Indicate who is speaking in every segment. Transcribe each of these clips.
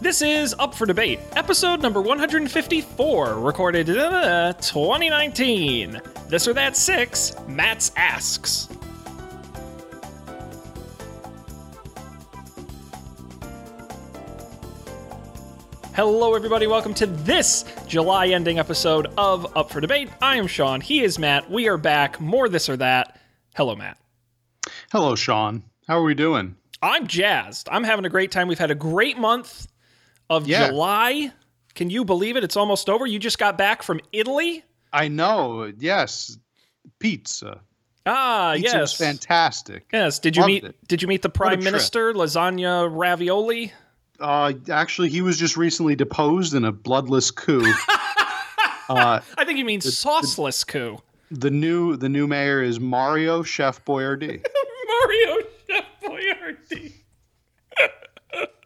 Speaker 1: This is Up for Debate, episode number 154, recorded in uh, 2019. This or That 6, Matt's Asks. Hello, everybody. Welcome to this July ending episode of Up for Debate. I am Sean. He is Matt. We are back. More This or That. Hello, Matt.
Speaker 2: Hello, Sean. How are we doing?
Speaker 1: I'm jazzed. I'm having a great time. We've had a great month of
Speaker 2: Yeah.
Speaker 1: July. Can you believe it? It's almost over. You just got back from Italy.
Speaker 2: I know. Yes, pizza.
Speaker 1: Ah,
Speaker 2: Pizza was
Speaker 1: yes.
Speaker 2: fantastic.
Speaker 1: Yes. Did you
Speaker 2: Loved
Speaker 1: meet
Speaker 2: it.
Speaker 1: did you meet the
Speaker 2: a
Speaker 1: Prime
Speaker 2: trip.
Speaker 1: Minister, Lasagna Ravioli?
Speaker 2: Uh, actually, he was just recently deposed in a bloodless coup. uh,
Speaker 1: I think you mean sauceless coup.
Speaker 2: the new the new mayor is Mario Chef Boyardee.
Speaker 1: Mario Chef Boyardee.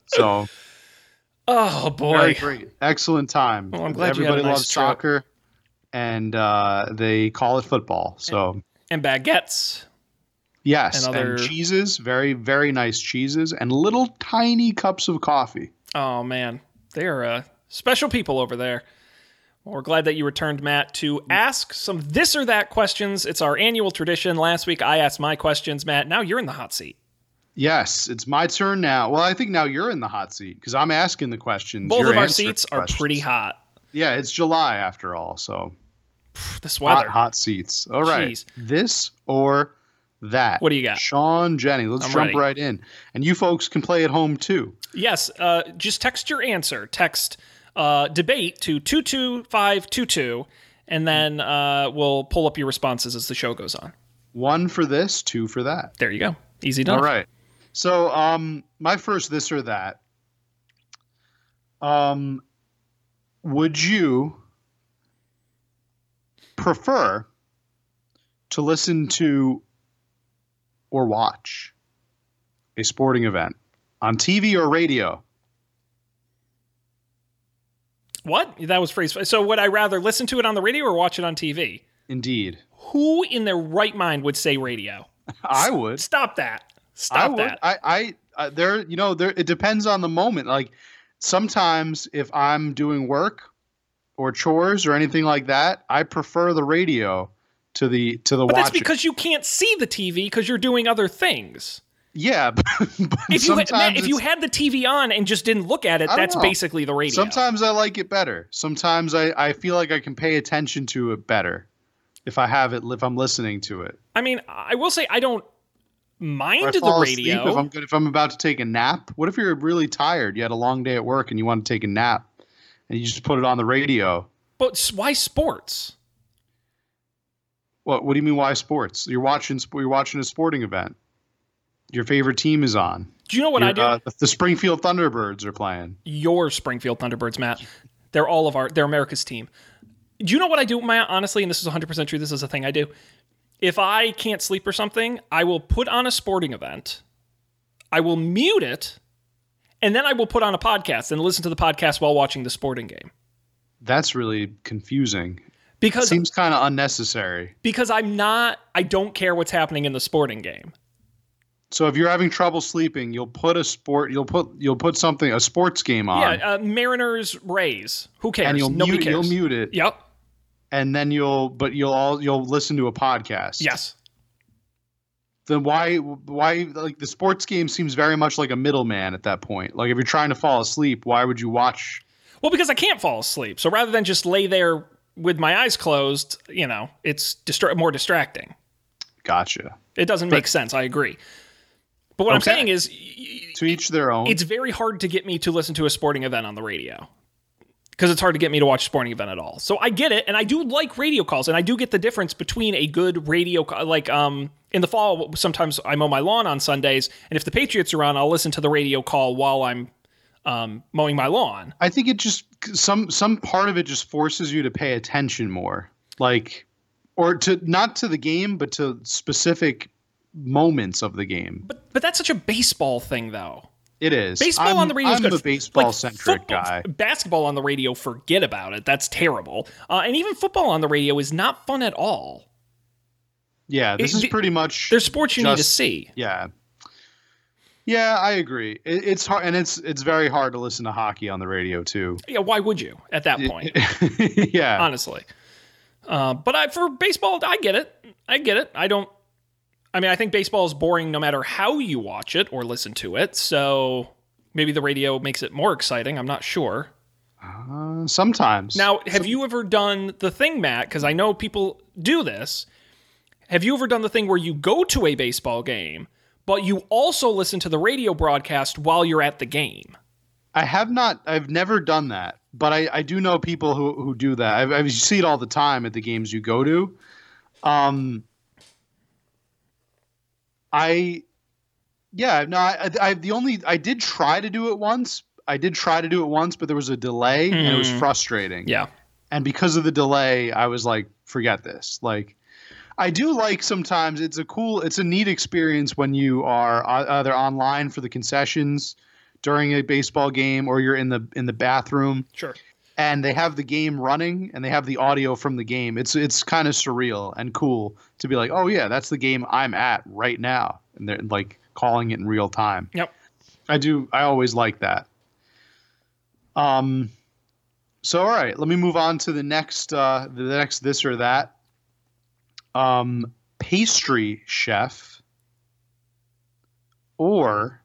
Speaker 2: So
Speaker 1: Oh
Speaker 2: very
Speaker 1: boy.
Speaker 2: great, excellent time.
Speaker 1: Well, I'm glad you had a
Speaker 2: Everybody
Speaker 1: nice
Speaker 2: loves
Speaker 1: trip.
Speaker 2: soccer, and uh, they call it football. So
Speaker 1: And baguettes.
Speaker 2: yes,
Speaker 1: and
Speaker 2: and,
Speaker 1: other-
Speaker 2: cheeses, very very nice cheeses, and little tiny cups of coffee.
Speaker 1: Oh man. They are uh, special people over there. Well, we're glad that you returned, Matt, to ask some this or that questions. It's our annual tradition. Last week I asked my questions, Matt. Now you're in the hot seat.
Speaker 2: Yes, it's my turn now. Well, I think now you're in the hot seat because I'm asking the questions.
Speaker 1: Both
Speaker 2: you're
Speaker 1: of our
Speaker 2: answering
Speaker 1: seats
Speaker 2: the
Speaker 1: are
Speaker 2: questions.
Speaker 1: pretty hot.
Speaker 2: Yeah, it's July after all, so
Speaker 1: Pff, This
Speaker 2: hot,
Speaker 1: weather.
Speaker 2: hot seats. All right,
Speaker 1: Jeez.
Speaker 2: this or that.
Speaker 1: What do you got?
Speaker 2: Sean, Jenny? Let's
Speaker 1: I'm
Speaker 2: jump
Speaker 1: ready.
Speaker 2: right in, and you folks can play at home too.
Speaker 1: Yes, uh, just text your answer. Text uh, debate to 22522, and then uh, we'll pull up your responses as the show goes on.
Speaker 2: One for this, two for that.
Speaker 1: There you go. Easy done.
Speaker 2: All right. So, um, my first this or that. Um, would you prefer to listen to or watch a sporting event on TV or radio?
Speaker 1: What? That was phrase. So, would I rather listen to it on the radio or watch it on TV?
Speaker 2: Indeed,
Speaker 1: Who in their right mind would say radio?
Speaker 2: I would.
Speaker 1: Stop that.
Speaker 2: I
Speaker 1: Stop
Speaker 2: would.
Speaker 1: that.
Speaker 2: I, I, I there. You know, there. It depends on the moment. Like sometimes, if I'm doing work or chores or anything like that, I prefer the radio to the to the
Speaker 1: But that's
Speaker 2: watching.
Speaker 1: because you can't see the TV because you're doing other things.
Speaker 2: yeah, but, but
Speaker 1: If you, had,
Speaker 2: sometimes
Speaker 1: Matt, if you
Speaker 2: it's-
Speaker 1: had the TV on and just didn't look at it,
Speaker 2: I don't
Speaker 1: that's
Speaker 2: know.
Speaker 1: basically the radio.
Speaker 2: sometimes I like it better. Sometimes I I feel like I can pay attention to it better if I have it if I'm listening to it.
Speaker 1: I mean, I will say I don't
Speaker 2: Or I
Speaker 1: mind the
Speaker 2: fall asleep
Speaker 1: radio.
Speaker 2: if I'm good, if I'm about to take a nap. What if you're really tired? You had a long day at work and you want to take a nap, and you just put it on the radio.
Speaker 1: But s- why sports?
Speaker 2: What What do you mean? Why sports? You're watching. sp- You're watching a sporting event. Your favorite team is on.
Speaker 1: Do you know what I
Speaker 2: Your,
Speaker 1: do?
Speaker 2: uh, the Springfield Thunderbirds are playing.
Speaker 1: Your Springfield Thunderbirds, Matt. They're all of our. They're America's team. Do you know what I do, Matt? Honestly, and this is 100 percent true. This is a thing I do. If I can't sleep or something, I will put on a sporting event. I will mute it, and then I will put on a podcast and listen to the podcast while watching the sporting game
Speaker 2: That's really confusing.
Speaker 1: because
Speaker 2: Seems kind of unnecessary.
Speaker 1: because I'm not. I don't care what's happening in the sporting game.
Speaker 2: So if you're having trouble sleeping, you'll put a sport. You'll put you'll put something a sports game on,
Speaker 1: Yeah, uh, Mariners Rays. Who cares?
Speaker 2: and you'll
Speaker 1: Nobody
Speaker 2: mute
Speaker 1: cares.
Speaker 2: you'll mute it,
Speaker 1: Yep.
Speaker 2: and then you'll but you'll all you'll listen to a podcast.
Speaker 1: Yes.
Speaker 2: Then why why like the sports game seems very much like a middleman at that point. Like if you're trying to fall asleep, why would you watch
Speaker 1: Well, because I can't fall asleep. So rather than just lay there with my eyes closed, you know, it's distra- more distracting.
Speaker 2: Gotcha.
Speaker 1: It doesn't make sense. I agree. But what I'm
Speaker 2: Okay.
Speaker 1: saying is, y-
Speaker 2: To each their own.
Speaker 1: it's very hard to get me to listen to a sporting event on the radio because it's hard to get me to watch a sporting event at all. So I get it, and I do like radio calls, and I do get the difference between a good radio call. Like um, in the fall, sometimes I mow my lawn on Sundays, and if the Patriots are on, I'll listen to the radio call while I'm um, mowing my lawn.
Speaker 2: I think it just some some part of it just forces you to pay attention more, like, or to not to the game, but to specific moments of the game.
Speaker 1: But but that's such a baseball thing, though.
Speaker 2: It is
Speaker 1: Baseball
Speaker 2: I'm,
Speaker 1: on the radio is
Speaker 2: I'm
Speaker 1: good.
Speaker 2: a baseball
Speaker 1: Like,
Speaker 2: centric
Speaker 1: football-
Speaker 2: guy.
Speaker 1: Basketball on the radio, forget about it. That's terrible. Uh, and even football on the radio is not fun at all.
Speaker 2: Yeah, this
Speaker 1: It-
Speaker 2: is pretty much
Speaker 1: There's sports you need to
Speaker 2: Just-
Speaker 1: see.
Speaker 2: yeah. Yeah, I agree. It, it's hard, and it's it's very hard to listen to hockey on the radio too.
Speaker 1: Yeah, why would you at that point?
Speaker 2: yeah,
Speaker 1: honestly. Uh, but I, for baseball, I get it. I get it. I don't. I mean, I think baseball is boring no matter how you watch it or listen to it. So maybe the radio makes it more exciting. I'm not sure.
Speaker 2: uh, sometimes.
Speaker 1: Now, have you ever done the thing, Matt? Because I know people do this. Have you ever done the thing where you go to a baseball game, but you also listen to the radio broadcast while you're at the game?
Speaker 2: I have not. I've never done that, but I, I do know people who, who do that. I've, I've you see it all the time at the games you go to. Um, I, yeah, no, I, I the only I did try to do it once. I did try to do it once, but there was a delay and it was
Speaker 1: Hmm.
Speaker 2: frustrating.
Speaker 1: Yeah.
Speaker 2: and because of the delay, I was like, forget this. Like, I do like sometimes it's a cool, it's a neat experience when you are ei- either online for the concessions during a baseball game or you're in the in the bathroom
Speaker 1: Sure.
Speaker 2: and they have the game running and they have the audio from the game. It's it's kind of surreal and cool to be like, oh yeah, that's the game I'm at right now, and they're like calling it in real time.
Speaker 1: Yep.
Speaker 2: I do. I always like that. Um, so all right, let me move on to the next uh, the next this or that. Um, pastry chef or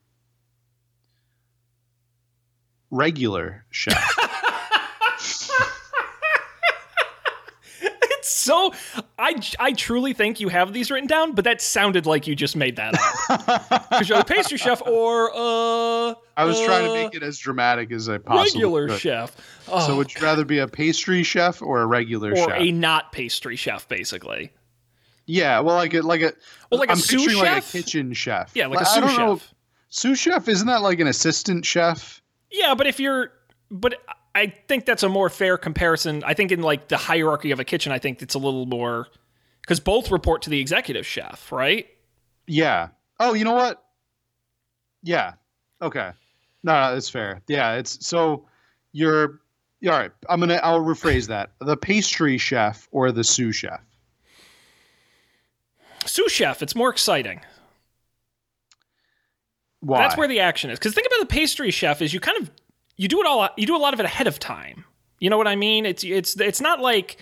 Speaker 2: regular chef.
Speaker 1: It's so I I truly think you have these written down, but that sounded like you just made that up. Because you're the pastry chef or uh
Speaker 2: I was trying to
Speaker 1: uh,
Speaker 2: make it as dramatic as I possibly
Speaker 1: regular
Speaker 2: could.
Speaker 1: chef. Oh,
Speaker 2: So would you rather be a pastry chef or a regular
Speaker 1: or
Speaker 2: chef?
Speaker 1: a not pastry chef, basically.
Speaker 2: yeah, well, like a like a
Speaker 1: Well, like a
Speaker 2: I'm
Speaker 1: sous
Speaker 2: picturing like a
Speaker 1: chef?
Speaker 2: kitchen chef.
Speaker 1: Yeah, like a
Speaker 2: I
Speaker 1: sous
Speaker 2: don't
Speaker 1: chef.
Speaker 2: know- Sous chef isn't that like an assistant chef?
Speaker 1: Yeah, but if you're, but I think that's a more fair comparison. I think in like the hierarchy of a kitchen, I think it's a little more because both report to the executive chef, right?
Speaker 2: Yeah. Oh, you know what? Yeah. Okay. No, no, that's fair. Yeah, it's so you're all right. I'm gonna I'll rephrase that: the pastry chef or the sous chef.
Speaker 1: Sous chef, it's more exciting.
Speaker 2: Why?
Speaker 1: That's where the action is. Because think about the pastry chef is you kind of you do it all you do a lot of it ahead of time. You know what I mean? It's it's it's not like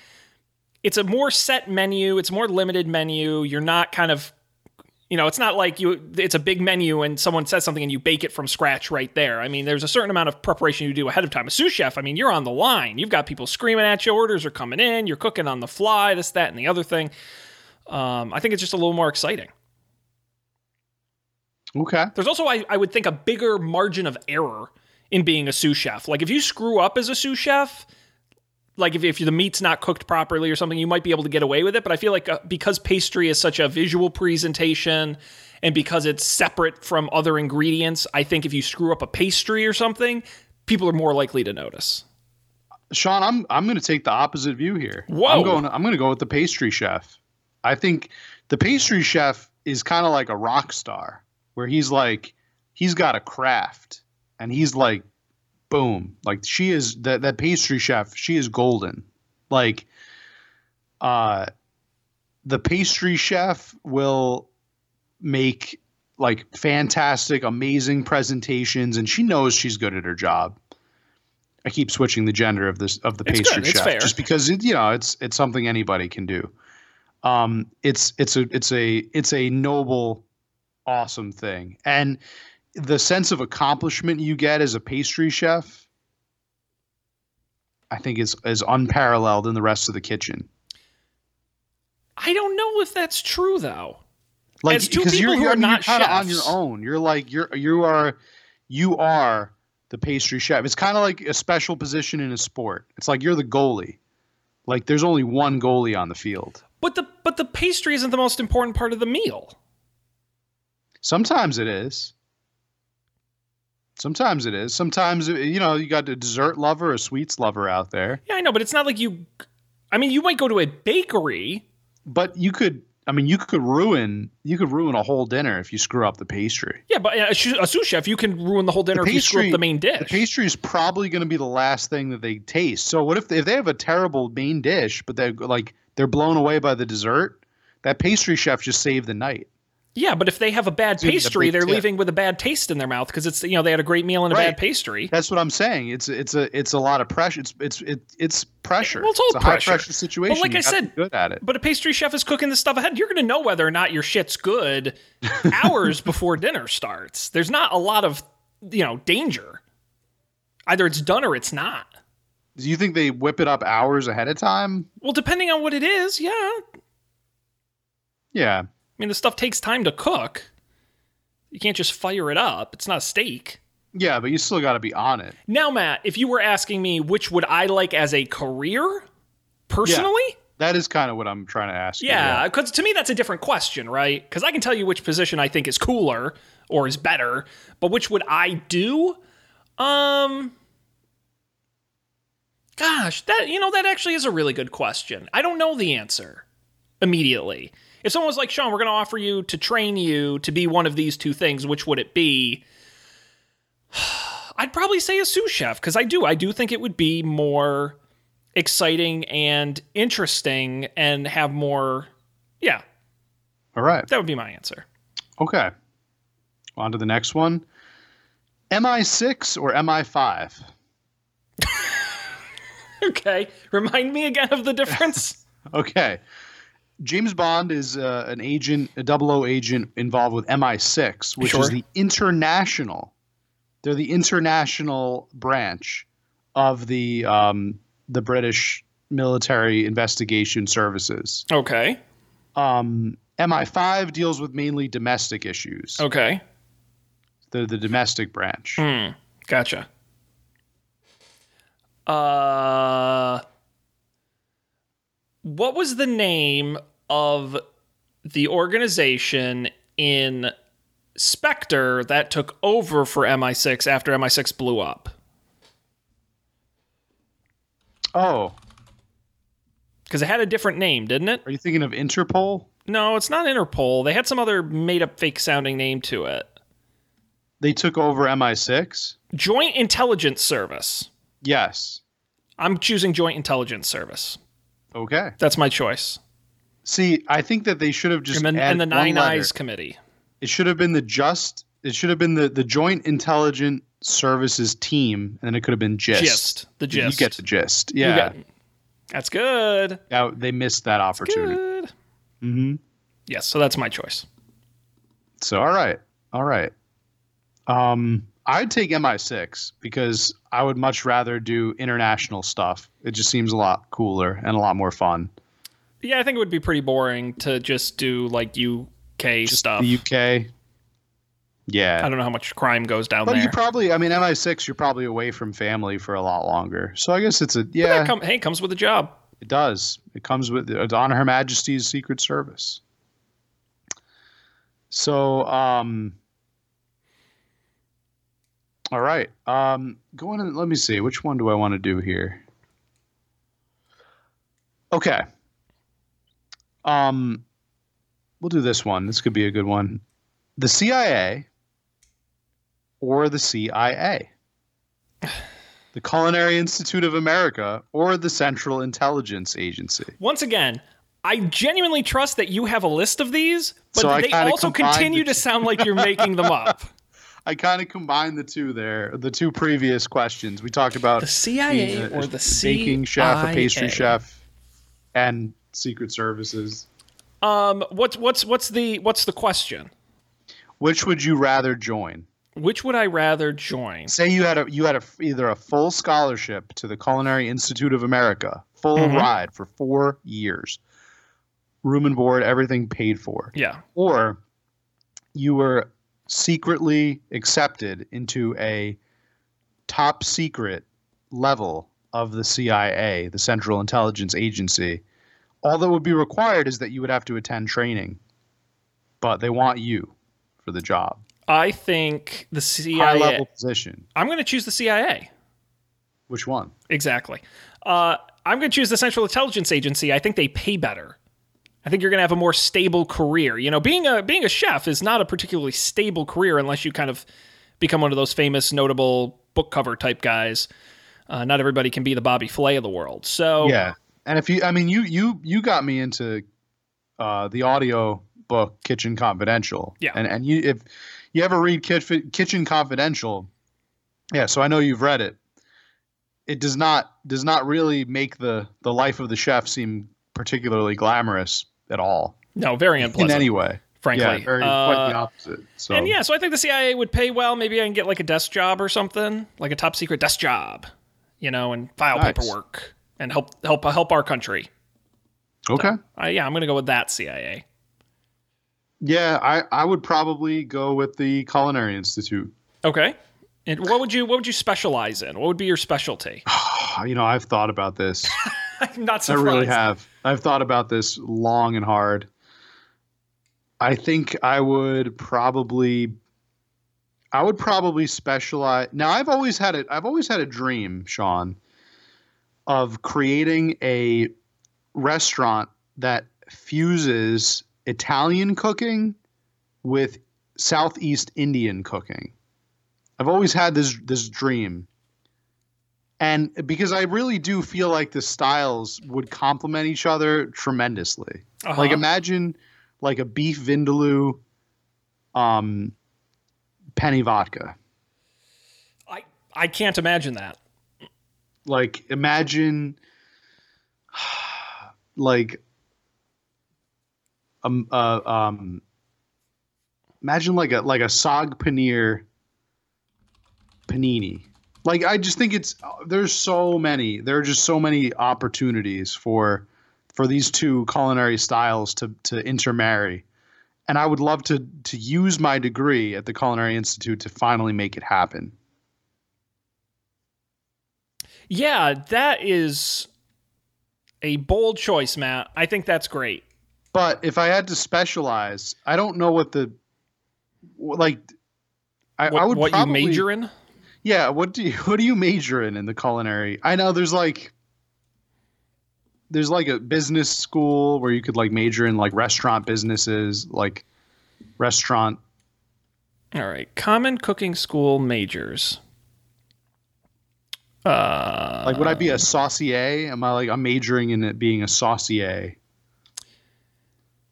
Speaker 1: it's a more set menu. It's more limited menu. You're not kind of you know it's not like you it's a big menu and someone says something and you bake it from scratch right there. I mean, there's a certain amount of preparation you do ahead of time. A sous chef, I mean, you're on the line. You've got people screaming at you. Orders are coming in. You're cooking on the fly. This, that, and the other thing. Um, I think it's just a little more exciting.
Speaker 2: okay.
Speaker 1: There's also, I, I would think, a bigger margin of error in being a sous chef. Like if you screw up as a sous chef, like if, if the meat's not cooked properly or something, you might be able to get away with it. But I feel like uh, because pastry is such a visual presentation and because it's separate from other ingredients, I think if you screw up a pastry or something, people are more likely to notice.
Speaker 2: Sean, I'm I'm going to take the opposite view here.
Speaker 1: Whoa.
Speaker 2: I'm going. I'm going to go with the pastry chef. I think the pastry chef is kind of like a rock star, where he's like, he's got a craft, and he's like, boom, like she is that that pastry chef. She is golden. Like, uh, the pastry chef will make like fantastic, amazing presentations, and she knows she's good at her job. I keep switching the gender of this of the
Speaker 1: It's
Speaker 2: pastry
Speaker 1: good. It's
Speaker 2: chef
Speaker 1: fair.
Speaker 2: just because it, you know it's it's something anybody can do. Um, it's it's a it's a it's a noble, awesome thing, and the sense of accomplishment you get as a pastry chef, I think is is unparalleled in the rest of the kitchen.
Speaker 1: I don't know if that's true though.
Speaker 2: like
Speaker 1: As two
Speaker 2: because
Speaker 1: people
Speaker 2: you're,
Speaker 1: who
Speaker 2: you're,
Speaker 1: are
Speaker 2: I mean, you're
Speaker 1: not
Speaker 2: kind of on your
Speaker 1: chefs.
Speaker 2: own. You're like you're you are you are the pastry chef. It's kind of like a special position in a sport. It's like you're the goalie. Like there's only one goalie on the field.
Speaker 1: But the but the pastry isn't the most important part of the meal.
Speaker 2: Sometimes it is. Sometimes it is. Sometimes you know you got a dessert lover, a sweets lover out there.
Speaker 1: Yeah, I know, but it's not like you. I mean, you might go to a bakery.
Speaker 2: But you could, I mean, you could ruin you could ruin a whole dinner if you screw up the pastry.
Speaker 1: Yeah, but a sh- a sous chef, you can ruin the whole dinner
Speaker 2: The
Speaker 1: if you screw up
Speaker 2: pastry-
Speaker 1: the main dish.
Speaker 2: The pastry is probably going to be the last thing that they taste. So what if if they have a terrible main dish, but they like they're blown away by the dessert? That pastry chef just saved the night.
Speaker 1: Yeah, but if they have a bad
Speaker 2: Dude, the
Speaker 1: pastry,
Speaker 2: big
Speaker 1: they're
Speaker 2: tip.
Speaker 1: leaving with a bad taste in their mouth because it's you know they had a great meal and a
Speaker 2: Right.
Speaker 1: bad pastry.
Speaker 2: That's what I'm saying. It's it's a it's a lot of pressure. It's it's it, it's pressure.
Speaker 1: Well, it's all
Speaker 2: a high
Speaker 1: pressure.
Speaker 2: pressure situation.
Speaker 1: But like
Speaker 2: You
Speaker 1: I
Speaker 2: have to
Speaker 1: said-
Speaker 2: be good at it.
Speaker 1: But a pastry chef is cooking the stuff ahead. You're going to know whether or not your shit's good hours before dinner starts. There's not a lot of you know danger. Either it's done or it's not.
Speaker 2: Do you think they whip it up hours ahead of time?
Speaker 1: Well, depending on what it is, yeah. I
Speaker 2: Yeah.
Speaker 1: mean, the stuff takes time to cook. You can't just fire it up. It's not a steak.
Speaker 2: Yeah, but you still got to be on it.
Speaker 1: Now, Matt, if you were asking me which would I like as a career, personally,
Speaker 2: That is kind of what I'm trying to ask. you,
Speaker 1: Yeah, because to me that's a different question, right? Because I can tell you which position I think is cooler or is better, but which would I do? Um, gosh, that you know that actually is a really good question. I don't know the answer immediately. If someone was like, "Sean, we're going to offer you to train you to be one of these two things," which would it be? I'd probably say a sous chef because I do. I do think it would be more exciting and interesting and have more. Yeah,
Speaker 2: All right.
Speaker 1: that would be my answer.
Speaker 2: Okay. On to the next one. MI6 or MI5?
Speaker 1: Okay. Remind me again of the difference.
Speaker 2: Okay. James Bond is uh, an agent, a double O agent involved with MI6, which
Speaker 1: Sure.
Speaker 2: is the international. They're the international branch of the um, the British military investigation services.
Speaker 1: okay.
Speaker 2: Um, MI5 deals with mainly domestic issues.
Speaker 1: Okay.
Speaker 2: They're the domestic branch.
Speaker 1: Hmm. Gotcha. Uh, what was the name of the organization in Spectre that took over for MI6 after MI6 blew up?
Speaker 2: Oh,
Speaker 1: Because it had a different name, didn't it?
Speaker 2: are you thinking of Interpol?
Speaker 1: No, it's not Interpol. They had some other made up fake sounding name to it.
Speaker 2: They took over MI6?
Speaker 1: Joint Intelligence Service.
Speaker 2: Yes.
Speaker 1: I'm choosing Joint Intelligence Service.
Speaker 2: Okay.
Speaker 1: That's my choice.
Speaker 2: See, I think that they should have just
Speaker 1: And, then,
Speaker 2: added
Speaker 1: and the
Speaker 2: one
Speaker 1: Nine
Speaker 2: letter.
Speaker 1: Eyes Committee.
Speaker 2: It should have been the just. It should have been the the Joint Intelligent Services team, and then it could have been GIST.
Speaker 1: Gist. The
Speaker 2: You
Speaker 1: gist.
Speaker 2: get the gist.
Speaker 1: You
Speaker 2: Yeah.
Speaker 1: get- that's good.
Speaker 2: Now, they missed that opportunity.
Speaker 1: Good.
Speaker 2: hmm
Speaker 1: Yes, so that's my choice.
Speaker 2: So all right, all right. Um, I'd take MI6 because I would much rather do international stuff. It just seems a lot cooler and a lot more fun.
Speaker 1: Yeah, I think it would be pretty boring to just do like UK stuff.
Speaker 2: The UK, yeah.
Speaker 1: I don't know how much crime goes down
Speaker 2: But
Speaker 1: there.
Speaker 2: you probably, I mean, MI6, you're probably away from family for a lot longer. So I guess it's a,
Speaker 1: But that
Speaker 2: yeah,
Speaker 1: come- hey, comes with a job.
Speaker 2: it does. It comes with, it's on Her Majesty's Secret Service. So, um, all right. Um, going in, let me see. Which one do I want to do here? Okay. Um, we'll do this one. This could be a good one. The CIA or the CIA? The Culinary Institute of America or the Central Intelligence Agency?
Speaker 1: Once again, I genuinely trust that you have a list of these, but
Speaker 2: So I
Speaker 1: they
Speaker 2: kinda
Speaker 1: also
Speaker 2: combined
Speaker 1: continue to
Speaker 2: the
Speaker 1: sound like you're making them up.
Speaker 2: I kind of combined the two there, the two previous questions. We talked about
Speaker 1: The CIA
Speaker 2: being a-
Speaker 1: or
Speaker 2: a
Speaker 1: the
Speaker 2: baking chef, a pastry
Speaker 1: CIA?
Speaker 2: chef, and Secret Services.
Speaker 1: Um, what's what's what's the what's the question?
Speaker 2: Which would you rather join?
Speaker 1: Which would I rather join?
Speaker 2: Say you had a you had a either a full scholarship to the Culinary Institute of America, full
Speaker 1: Mhm.
Speaker 2: ride for four years, room and board, everything paid for,
Speaker 1: Yeah.
Speaker 2: or you were secretly accepted into a top secret level of the CIA, the Central Intelligence Agency. All that would be required is that you would have to attend training, but they want you for the job.
Speaker 1: I think the
Speaker 2: High
Speaker 1: CIA.
Speaker 2: level position.
Speaker 1: I'm going to choose the CIA.
Speaker 2: Which one?
Speaker 1: Exactly. Uh, I'm going to choose the Central Intelligence Agency. I think they pay better. I think you're going to have a more stable career. You know, being a being a chef is not a particularly stable career unless you kind of become one of those famous, notable book cover type guys. Uh, not everybody can be the Bobby Flay of the world. So
Speaker 2: Yeah. And if you, I mean, you you you got me into uh, the audio book Kitchen Confidential.
Speaker 1: Yeah.
Speaker 2: and and you if you ever read Kitchen Kitchen Confidential, yeah. So I know you've read it. It does not does not really make the the life of the chef seem particularly glamorous at all
Speaker 1: No, very unpleasant,
Speaker 2: in any way.
Speaker 1: frankly.
Speaker 2: Yeah, very
Speaker 1: Uh,
Speaker 2: quite the opposite. So
Speaker 1: And yeah, so I think the CIA would pay well. Maybe I can get like a desk job or something, like a top secret desk job, you know, and file
Speaker 2: Nice.
Speaker 1: paperwork and help help help our country.
Speaker 2: okay.
Speaker 1: Uh, yeah, I'm gonna go with that CIA.
Speaker 2: Yeah, I, I would probably go with the Culinary Institute.
Speaker 1: Okay. And what would you what would you specialize in? What would be your specialty?
Speaker 2: You know, I've thought about this.
Speaker 1: I'm not
Speaker 2: I
Speaker 1: surprised.
Speaker 2: really have. I've thought about this long and hard. I think I would probably I would probably specialize. Now, I've always had it I've always had a dream, Sean, of creating a restaurant that fuses Italian cooking with Southeast Indian cooking. I've always had this this dream. And because I really do feel like the styles would complement each other tremendously.
Speaker 1: Uh-huh.
Speaker 2: Like imagine like a beef vindaloo um penny vodka.
Speaker 1: I I can't imagine that.
Speaker 2: Like imagine like um uh, um imagine like a like a sog paneer panini. Like I just think it's there's so many there are just so many opportunities for for these two culinary styles to to intermarry. And I would love to to use my degree at the Culinary Institute to finally make it happen.
Speaker 1: Yeah, that is a bold choice, Matt. I think that's great.
Speaker 2: But if I had to specialize, I don't know what the like I,
Speaker 1: What,
Speaker 2: I would
Speaker 1: what
Speaker 2: probably,
Speaker 1: you major in?
Speaker 2: Yeah, what do you what do you major in in the culinary? I know there's like there's like a business school where you could like major in like restaurant businesses, like restaurant.
Speaker 1: All right. Common cooking school majors. Uh,
Speaker 2: Like would I be a saucier? Am I like I'm majoring in it being a saucier?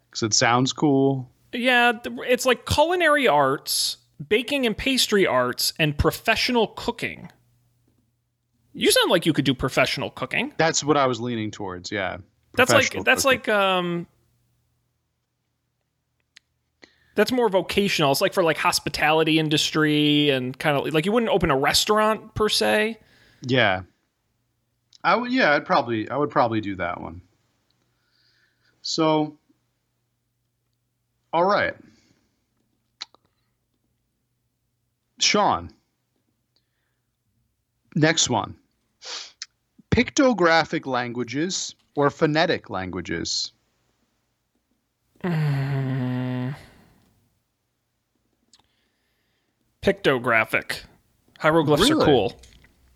Speaker 2: Cuz it sounds cool.
Speaker 1: yeah, th- it's like culinary arts, baking and pastry arts, and professional cooking. You sound like you could do professional cooking.
Speaker 2: That's what I was leaning towards, yeah.
Speaker 1: That's like
Speaker 2: Professional
Speaker 1: that's
Speaker 2: cooking.
Speaker 1: like um that's more vocational. It's like for like hospitality industry and kind of like you wouldn't open a restaurant per se.
Speaker 2: Yeah. I would yeah, I'd probably I would probably do that one. So All right. Sean. Next one. Pictographic languages or phonetic languages?
Speaker 1: Pictographic. Hieroglyphs are
Speaker 2: Really?
Speaker 1: cool.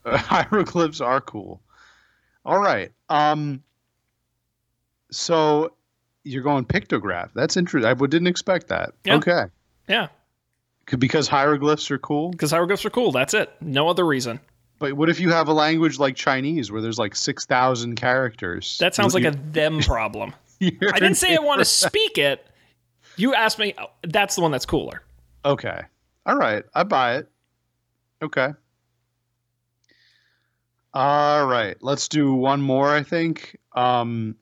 Speaker 2: Uh, hieroglyphs are cool. All right. Um so you're going pictograph. That's interesting. I w- didn't expect that.
Speaker 1: Yeah.
Speaker 2: Okay.
Speaker 1: Yeah.
Speaker 2: Could- because hieroglyphs are cool.
Speaker 1: Because hieroglyphs are cool. That's it. No other reason.
Speaker 2: But what if you have a language like Chinese where there's like 6,000 characters?
Speaker 1: That sounds like a them problem.
Speaker 2: a.
Speaker 1: I didn't say I want to speak it. You asked me. That's the one that's cooler.
Speaker 2: Okay. All right. I buy it. Okay. All right. Let's do one more, I think. Um,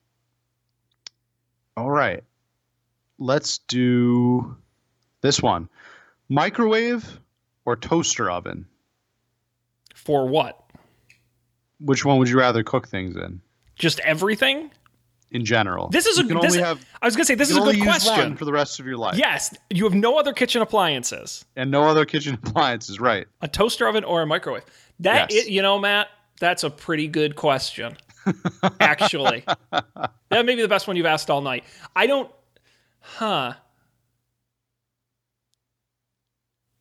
Speaker 2: all right. Let's do this one microwave or toaster oven?
Speaker 1: For what?
Speaker 2: Which one would you rather cook things in,
Speaker 1: Just everything?
Speaker 2: in general?
Speaker 1: This is a.
Speaker 2: You can
Speaker 1: this
Speaker 2: only
Speaker 1: is-
Speaker 2: have
Speaker 1: I was gonna say this
Speaker 2: you
Speaker 1: is a
Speaker 2: only
Speaker 1: good
Speaker 2: use
Speaker 1: question.
Speaker 2: one for the rest of your life.
Speaker 1: Yes, you have no other kitchen appliances.
Speaker 2: and no other kitchen appliances. Right.
Speaker 1: A toaster oven or a microwave. That
Speaker 2: Yes.
Speaker 1: i- you know, Matt. That's a pretty good question. Actually, that may be the best one you've asked all night. I don't. Huh.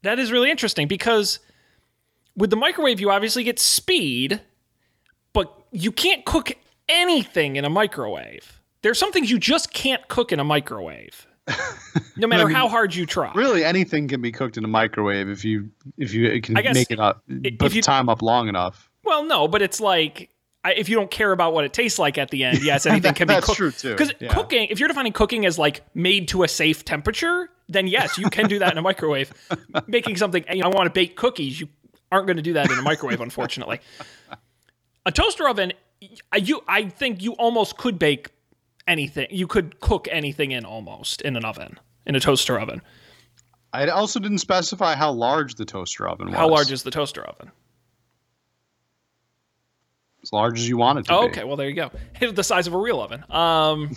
Speaker 1: That is really interesting because with the microwave, you obviously get speed, but you can't cook anything in a microwave. There's some things you just can't cook in a microwave, no matter
Speaker 2: mean,
Speaker 1: how hard you try.
Speaker 2: Really, anything can be cooked in a microwave if you if you can
Speaker 1: I guess
Speaker 2: make it up,
Speaker 1: if
Speaker 2: put
Speaker 1: you-
Speaker 2: the time up long enough.
Speaker 1: Well, no, but it's like I, if you don't care about what it tastes like at the end, yes, anything can be
Speaker 2: That's
Speaker 1: cooked.
Speaker 2: true, too.
Speaker 1: Because
Speaker 2: Yeah.
Speaker 1: cooking, if you're defining cooking as like made to a safe temperature, then yes, you can do that in a microwave. Making something, you know, I want to bake cookies, you aren't going to do that in a microwave, unfortunately. A toaster oven, I- you, I think you almost could bake anything. You could cook anything in almost in an oven, in a toaster oven.
Speaker 2: I also didn't specify how large the toaster oven was.
Speaker 1: How large is the toaster oven?
Speaker 2: as large as you want it to
Speaker 1: Oh,
Speaker 2: be.
Speaker 1: okay, well there you go. the size of a real oven. Um,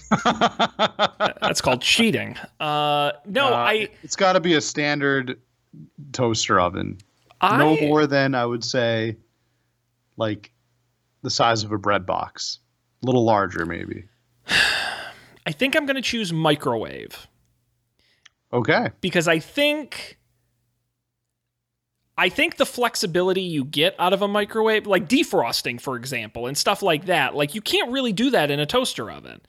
Speaker 1: that's called cheating. Uh, no,
Speaker 2: Uh,
Speaker 1: I,
Speaker 2: it's got to be a standard toaster oven.
Speaker 1: I
Speaker 2: no more than I would say, like the size of a bread box, a little larger maybe.
Speaker 1: I think I'm going to choose microwave
Speaker 2: Okay,
Speaker 1: because I think I think the flexibility you get out of a microwave, like defrosting for example, and stuff like that, like you can't really do that in a toaster oven.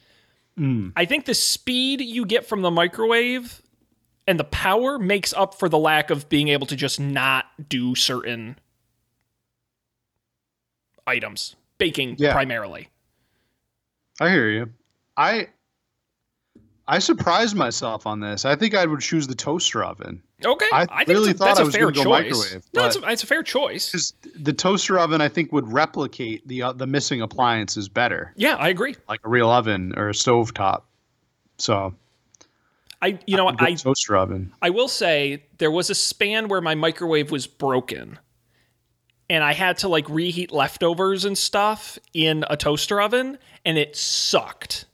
Speaker 1: I think the speed you get from the microwave and the power makes up for the lack of being able to just not do certain items, baking
Speaker 2: Yeah.
Speaker 1: primarily.
Speaker 2: I hear you. I I surprised myself on this. I think I would choose the toaster oven
Speaker 1: Okay,
Speaker 2: I really
Speaker 1: that's a- that's
Speaker 2: thought I
Speaker 1: a
Speaker 2: was
Speaker 1: fair
Speaker 2: gonna go
Speaker 1: choice.
Speaker 2: microwave,
Speaker 1: no, it's a,
Speaker 2: but-
Speaker 1: it's a fair choice.
Speaker 2: because the toaster oven I think would replicate the uh, the missing appliances better,
Speaker 1: Yeah, I agree.
Speaker 2: like a real oven or a stovetop. So
Speaker 1: I you know
Speaker 2: good
Speaker 1: I
Speaker 2: toaster oven.
Speaker 1: I will say there was a span where my microwave was broken and I had to like reheat leftovers and stuff in a toaster oven and it sucked.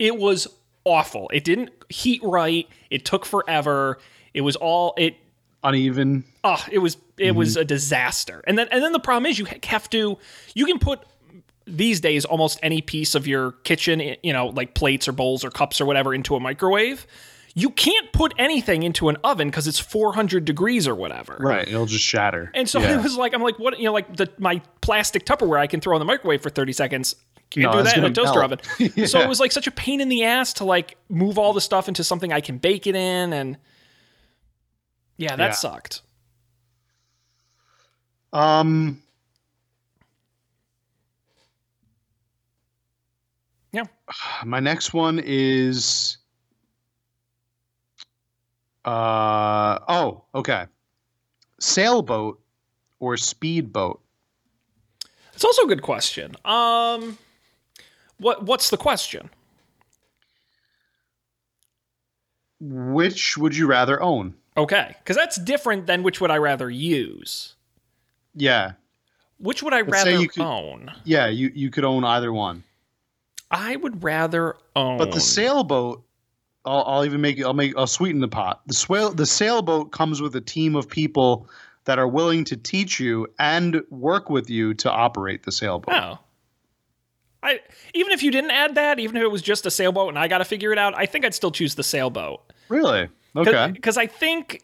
Speaker 1: It was awful. It didn't heat right. It took forever. It was all it
Speaker 2: Uneven.
Speaker 1: oh, it was it was
Speaker 2: Mm-hmm.
Speaker 1: a disaster. And then and then the problem is you ha- have to you can put these days almost any piece of your kitchen, i- you know, like plates or bowls or cups or whatever into a microwave. You can't put anything into an oven because it's 400 degrees or whatever.
Speaker 2: Right. It'll just shatter.
Speaker 1: And so
Speaker 2: Yeah.
Speaker 1: it was like, I'm like, what, you know, like the, my plastic Tupperware I can throw in the microwave for 30 seconds. Can't
Speaker 2: No,
Speaker 1: do
Speaker 2: it's
Speaker 1: that in a
Speaker 2: gonna
Speaker 1: toaster
Speaker 2: melt.
Speaker 1: oven. So it was like such a pain in the ass to like move all the stuff into something I can bake it in. And yeah, that
Speaker 2: Yeah.
Speaker 1: sucked.
Speaker 2: Um.
Speaker 1: Yeah.
Speaker 2: My next one is. Uh oh, okay. Sailboat or speedboat?
Speaker 1: It's also a good question. Um, what what's the question?
Speaker 2: Which would you rather own?
Speaker 1: Okay, because that's different than which would I rather use.
Speaker 2: Yeah,
Speaker 1: Which would I
Speaker 2: Let's say
Speaker 1: rather
Speaker 2: you could-
Speaker 1: own?
Speaker 2: yeah. You you could own either one,
Speaker 1: I would rather own.
Speaker 2: but the sailboat. I'll, I'll even make I'll make I'll sweeten the pot. The swale the sailboat comes with a team of people that are willing to teach you and work with you to operate the sailboat.
Speaker 1: Oh. I even if you didn't add that, even if it was just a sailboat and I got to figure it out, I think I'd still choose the sailboat.
Speaker 2: Really?
Speaker 1: Cause,
Speaker 2: Okay.
Speaker 1: 'cause I think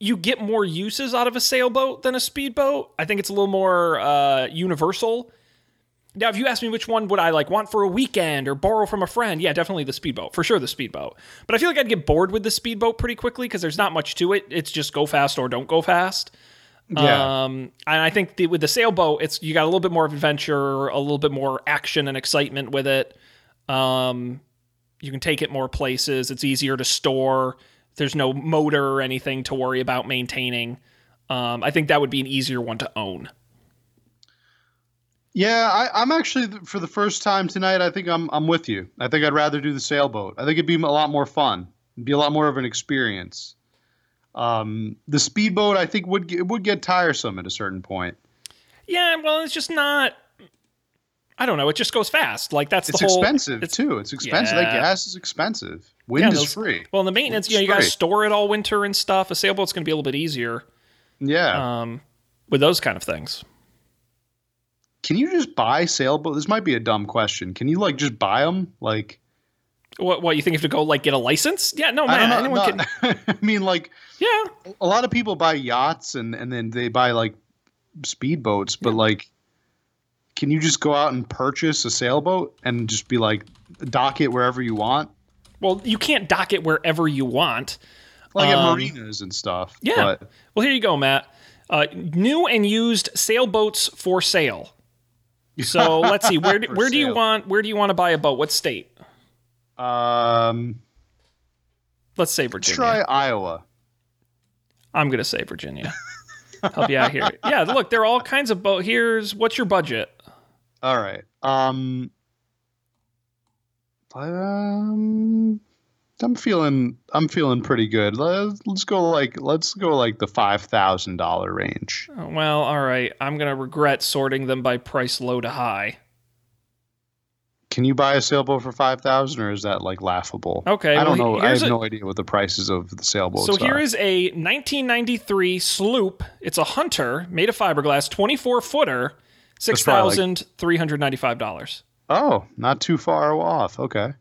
Speaker 1: you get more uses out of a sailboat than a speedboat. I think it's a little more uh, universal. Now, if you ask me which one would I like want for a weekend or borrow from a friend, yeah, definitely the speedboat. For sure, the speedboat. But I feel like I'd get bored with the speedboat pretty quickly because there's not much to it. It's just go fast or don't go fast.
Speaker 2: Yeah.
Speaker 1: Um, and I think the, with the sailboat, it's you got a little bit more of adventure, a little bit more action and excitement with it. Um, you can take it more places. It's easier to store. There's no motor or anything to worry about maintaining. Um, I think that would be an easier one to own.
Speaker 2: yeah, I, I'm actually th- for the first time tonight. I think I'm I'm with you. I think I'd rather do the sailboat. I think it'd be a lot more fun. It'd be a lot more of an experience. Um, the speedboat, I think, would get, it would get tiresome at a certain point.
Speaker 1: Yeah, well, it's just not. I don't know. It just goes fast. Like that's
Speaker 2: It's
Speaker 1: the whole.
Speaker 2: expensive too. It's expensive. That
Speaker 1: Yeah.
Speaker 2: gas is expensive. Wind
Speaker 1: Yeah,
Speaker 2: is
Speaker 1: those-
Speaker 2: free.
Speaker 1: Well, in the maintenance,
Speaker 2: It's
Speaker 1: you know, you got to
Speaker 2: great.
Speaker 1: store it all winter and stuff. A sailboat's going to be a little bit easier
Speaker 2: Yeah.
Speaker 1: um, with those kind of things.
Speaker 2: Can you just buy sailboat? This might be a dumb question. Can you like just buy them? Like
Speaker 1: What? What you think you have to go like get a license? Yeah, no man,
Speaker 2: I don't
Speaker 1: anyone
Speaker 2: know.
Speaker 1: can.
Speaker 2: no, I mean, like
Speaker 1: Yeah,
Speaker 2: a lot of people buy yachts and and then they buy like speedboats but like can you just go out and purchase a sailboat and just be like dock it wherever you want
Speaker 1: well, you can't dock it wherever you want.
Speaker 2: like at
Speaker 1: Um,
Speaker 2: marinas and stuff
Speaker 1: Yeah.
Speaker 2: but
Speaker 1: Well, here you go, Matt. Uh, new and used sailboats for sale. So let's see where do,
Speaker 2: For
Speaker 1: where do you
Speaker 2: sale.
Speaker 1: want where do you want to buy a boat? What state?
Speaker 2: Um,
Speaker 1: Let's say Virginia.
Speaker 2: let's try Iowa.
Speaker 1: I'm gonna say Virginia. Help you out here. Yeah, look, there are all kinds of boat. Here's what's your budget?
Speaker 2: All right. Um, um, I'm feeling I'm feeling pretty good. Let's, let's go like let's go like the five thousand dollar range.
Speaker 1: Oh, Well, all right. I'm gonna regret sorting them by price low to high.
Speaker 2: Can you buy a sailboat for five thousand, or is that like laughable?
Speaker 1: Okay.
Speaker 2: I don't
Speaker 1: well, he-
Speaker 2: know. I
Speaker 1: here's
Speaker 2: have
Speaker 1: a-
Speaker 2: no idea what the prices of the sailboats
Speaker 1: So here
Speaker 2: are.
Speaker 1: is a 1993 sloop. It's a Hunter made of fiberglass, 24 footer, six
Speaker 2: probably
Speaker 1: thousand three hundred ninety-five dollars.
Speaker 2: oh, not too far off. Okay.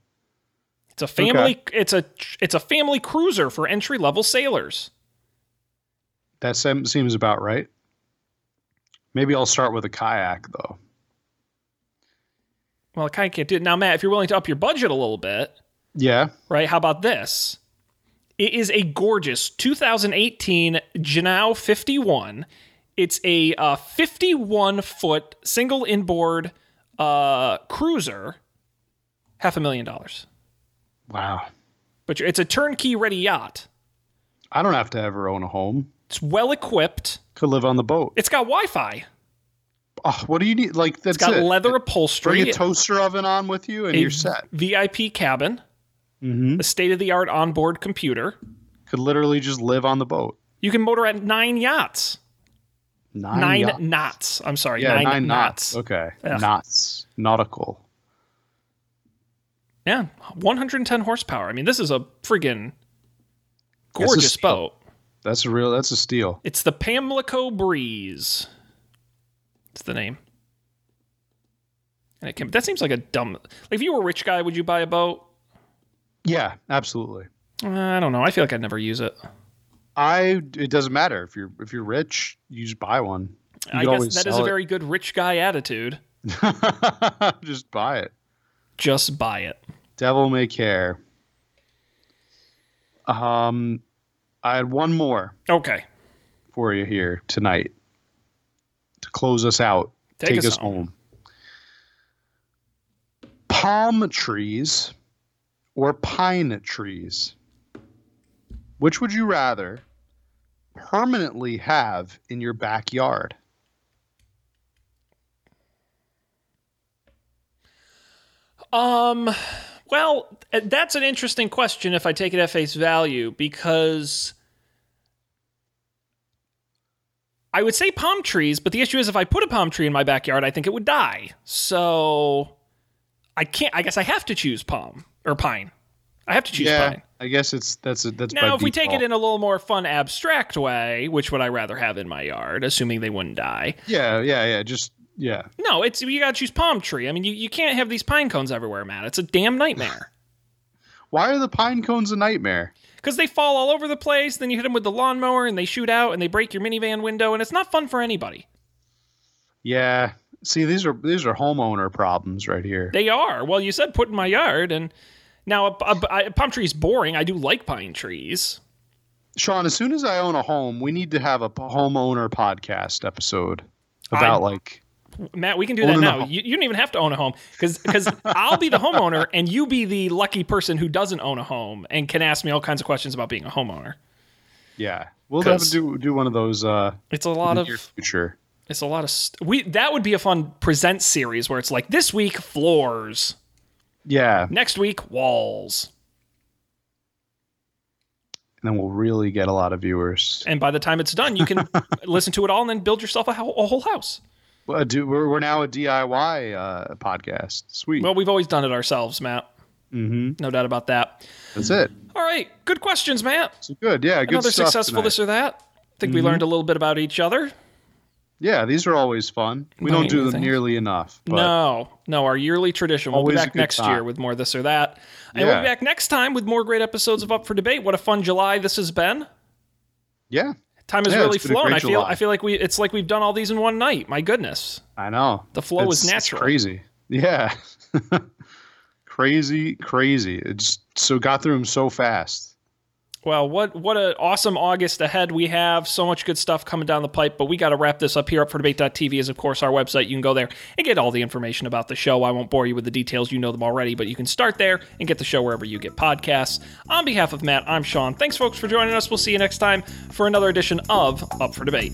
Speaker 1: It's a family. It's a it's a family cruiser for entry level sailors.
Speaker 2: That sem- seems about right. Maybe I'll start with a kayak though.
Speaker 1: Well, I kind of can't do it now, Matt. If you're willing to up your budget a little bit,
Speaker 2: Yeah.
Speaker 1: right? How about this? It is a gorgeous 2018 Janao 51. It's a uh, 51 foot single inboard uh, cruiser, half a million dollars.
Speaker 2: Wow.
Speaker 1: But you're- it's a turnkey ready yacht.
Speaker 2: I don't have to ever own a home.
Speaker 1: It's well equipped.
Speaker 2: Could live on the boat.
Speaker 1: It's got Wi Fi.
Speaker 2: Oh, what do you need? Like that's
Speaker 1: It's got
Speaker 2: it.
Speaker 1: leather
Speaker 2: Bring
Speaker 1: upholstery,
Speaker 2: a toaster oven on with you, and
Speaker 1: a
Speaker 2: you're set.
Speaker 1: VIP cabin,
Speaker 2: Mm-hmm.
Speaker 1: a state of the art onboard computer.
Speaker 2: Could literally just live on the boat.
Speaker 1: You can motor at nine yachts.
Speaker 2: Nine,
Speaker 1: Nine
Speaker 2: yachts.
Speaker 1: knots. I'm sorry.
Speaker 2: Yeah,
Speaker 1: nine,
Speaker 2: nine, knots.
Speaker 1: knots.
Speaker 2: Okay,
Speaker 1: Ugh.
Speaker 2: knots, nautical.
Speaker 1: Yeah, 110 horsepower. I mean, this is a friggin'
Speaker 2: That's a
Speaker 1: gorgeous
Speaker 2: steal.
Speaker 1: boat.
Speaker 2: That's a real. That's a steal.
Speaker 1: It's the Pamlico Breeze. It's the name. And it can, that seems like a dumb. Like, if you were a rich guy, would you buy a boat?
Speaker 2: Yeah, absolutely.
Speaker 1: Uh, I don't know. I feel like I'd never use it.
Speaker 2: I. It doesn't matter if you're if you're rich, you just buy one.
Speaker 1: I
Speaker 2: You could
Speaker 1: guess
Speaker 2: always
Speaker 1: that is
Speaker 2: sell
Speaker 1: a
Speaker 2: it.
Speaker 1: very good rich guy attitude.
Speaker 2: just buy it.
Speaker 1: Just buy it.
Speaker 2: Devil may care. Um, I had one more
Speaker 1: Okay.
Speaker 2: for you here tonight to close us out.
Speaker 1: Take, us, home.
Speaker 2: Palm trees or pine trees? Which would you rather permanently have in your backyard?
Speaker 1: Um, well, that's an interesting question if I take it at face value because I would say palm trees, but the issue is if I put a palm tree in my backyard, I think it would die. So I can't I guess I have to choose palm or pine. I have to choose pine.
Speaker 2: I guess it's that's a, that's
Speaker 1: Now,
Speaker 2: by
Speaker 1: if we take it
Speaker 2: default.
Speaker 1: in a little more fun, abstract way, which would I rather have in my yard, assuming they wouldn't die?
Speaker 2: yeah, yeah, yeah, just yeah.
Speaker 1: No, it's you gotta choose palm tree. I mean, you, you can't have these pine cones everywhere, Matt. It's a damn nightmare.
Speaker 2: Why are the pine cones a nightmare?
Speaker 1: because they fall all over the place. Then you hit them with the lawnmower, and they shoot out, and they break your minivan window, and it's not fun for anybody.
Speaker 2: Yeah, see, these are these are homeowner problems right here.
Speaker 1: They are. Well, you said put in my yard, and now a, a- a palm tree is boring. I do like pine trees.
Speaker 2: Sean, as soon as I own a home, we need to have a p- homeowner podcast episode about like
Speaker 1: Matt, we can do
Speaker 2: Own
Speaker 1: that
Speaker 2: a
Speaker 1: now.
Speaker 2: home.
Speaker 1: You, you don't even have to own a home because I'll be the homeowner, and you be the lucky person who doesn't own a home and can ask me all kinds of questions about being a homeowner.
Speaker 2: yeah, we'll have to
Speaker 1: 'Cause-
Speaker 2: do do one of those uh,
Speaker 1: It's a
Speaker 2: in
Speaker 1: lot
Speaker 2: the
Speaker 1: of
Speaker 2: near future.
Speaker 1: it's a lot of st- we that would be a fun present series where it's like this week floors,
Speaker 2: Yeah, and
Speaker 1: next week walls.
Speaker 2: then we'll really get a lot of viewers.
Speaker 1: and by the time it's done, you can listen to it all and then build yourself a, ho- a whole house.
Speaker 2: Uh, do, we're, we're now a DIY uh, podcast. Sweet.
Speaker 1: Well, we've always done it ourselves, Matt.
Speaker 2: hmm
Speaker 1: No doubt about that.
Speaker 2: That's it.
Speaker 1: All right, good questions, Matt.
Speaker 2: So good. Yeah, good
Speaker 1: Another
Speaker 2: stuff.
Speaker 1: successful
Speaker 2: tonight. Mm-hmm.
Speaker 1: this or that. I think we learned a little bit about each other.
Speaker 2: yeah, these are always fun. We
Speaker 1: Learning
Speaker 2: don't do
Speaker 1: new
Speaker 2: them
Speaker 1: things.
Speaker 2: nearly enough. But
Speaker 1: no, no, our yearly tradition. We'll be
Speaker 2: Always a
Speaker 1: back
Speaker 2: good
Speaker 1: next
Speaker 2: time.
Speaker 1: year with more this or that, and we'll
Speaker 2: Yeah.
Speaker 1: be back next time with more great episodes of Up for Debate. What a fun July this has been.
Speaker 2: yeah,
Speaker 1: Time has
Speaker 2: Yeah,
Speaker 1: really
Speaker 2: it's been a
Speaker 1: flown.
Speaker 2: great
Speaker 1: I feel.
Speaker 2: July.
Speaker 1: I feel like we. It's like we've done all these in one night. My goodness,
Speaker 2: I know.
Speaker 1: the flow is
Speaker 2: It's- it's
Speaker 1: natural.
Speaker 2: crazy. Yeah. crazy, crazy. It's so got through them so fast.
Speaker 1: Well, what what an awesome August ahead we have. So much good stuff coming down the pipe, but we got to wrap this up here. Up for debate.tv is, of course, our website. You can go there and get all the information about the show. I won't bore you with the details. You know them already, but you can start there and get the show wherever you get podcasts. On behalf of Matt, I'm Sean. Thanks, folks, for joining us. We'll see you next time for another edition of Up for Debate.